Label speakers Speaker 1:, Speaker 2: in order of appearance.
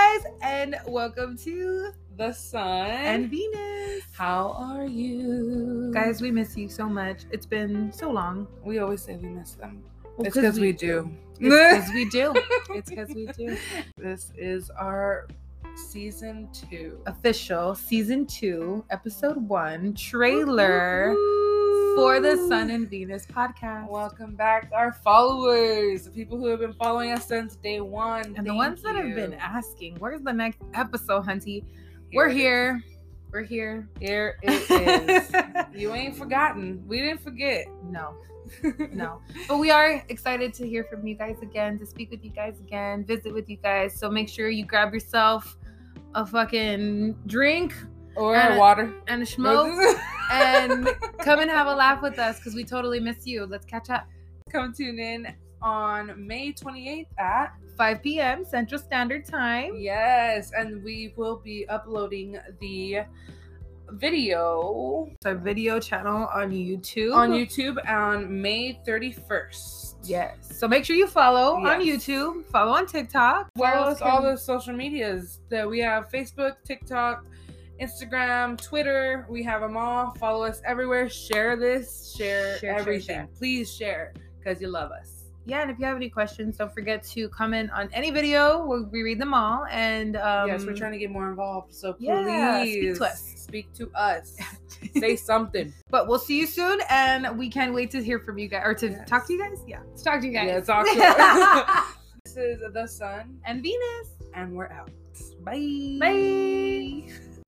Speaker 1: everyone. Welcome to
Speaker 2: the sun
Speaker 1: And Venus.
Speaker 2: how are you
Speaker 1: Guys, we miss you so much. It's been so long.
Speaker 2: we always say we miss them it's
Speaker 1: 'cause
Speaker 2: because we, do
Speaker 1: It's because we do. It's because we do.
Speaker 2: this is our season two
Speaker 1: Official season two, episode one, trailer for the Sun and Venus podcast.
Speaker 2: welcome back our followers the people who have been following us since day one
Speaker 1: and the ones that have been asking, where's the next episode, Hunty? We're here. We're here.
Speaker 2: here it is you ain't forgotten we didn't forget
Speaker 1: No. no. But we are excited to hear from you guys again, to speak with you guys again, visit with you guys. So make sure you grab yourself a fucking drink
Speaker 2: or
Speaker 1: And-
Speaker 2: water
Speaker 1: and a schmoke and come and have a laugh with us because we totally miss you. Let's catch up.
Speaker 2: come tune in on may 28th at
Speaker 1: 5 p.m. Central Standard Time.
Speaker 2: Yes, and we will be uploading the video
Speaker 1: Our video channel on YouTube.
Speaker 2: on YouTube on May 31st.
Speaker 1: Yes. So make sure you follow on
Speaker 2: Yes.
Speaker 1: YouTube, follow on TikTok.
Speaker 2: Follow us all
Speaker 1: the
Speaker 2: the social medias that we have Facebook, TikTok, Instagram, Twitter. We have them all. Follow us everywhere. Share this.
Speaker 1: Share,
Speaker 2: Share,
Speaker 1: share,
Speaker 2: everything.
Speaker 1: share.
Speaker 2: Please share because you love us.
Speaker 1: yeah, and if you have any questions, don't forget to comment on any video. We, we read them all, and um,
Speaker 2: yes, we're trying to get more involved. So please
Speaker 1: yeah, speak to us.
Speaker 2: Speak to us. Say something.
Speaker 1: But we'll see you soon, and we can't wait to hear from you guys or to
Speaker 2: Yes.
Speaker 1: talk to you guys. Yeah, let's talk to you
Speaker 2: Yeah,
Speaker 1: guys.
Speaker 2: talk to us. this is the sun,
Speaker 1: and Venus.
Speaker 2: and we're out. Bye.
Speaker 1: Bye.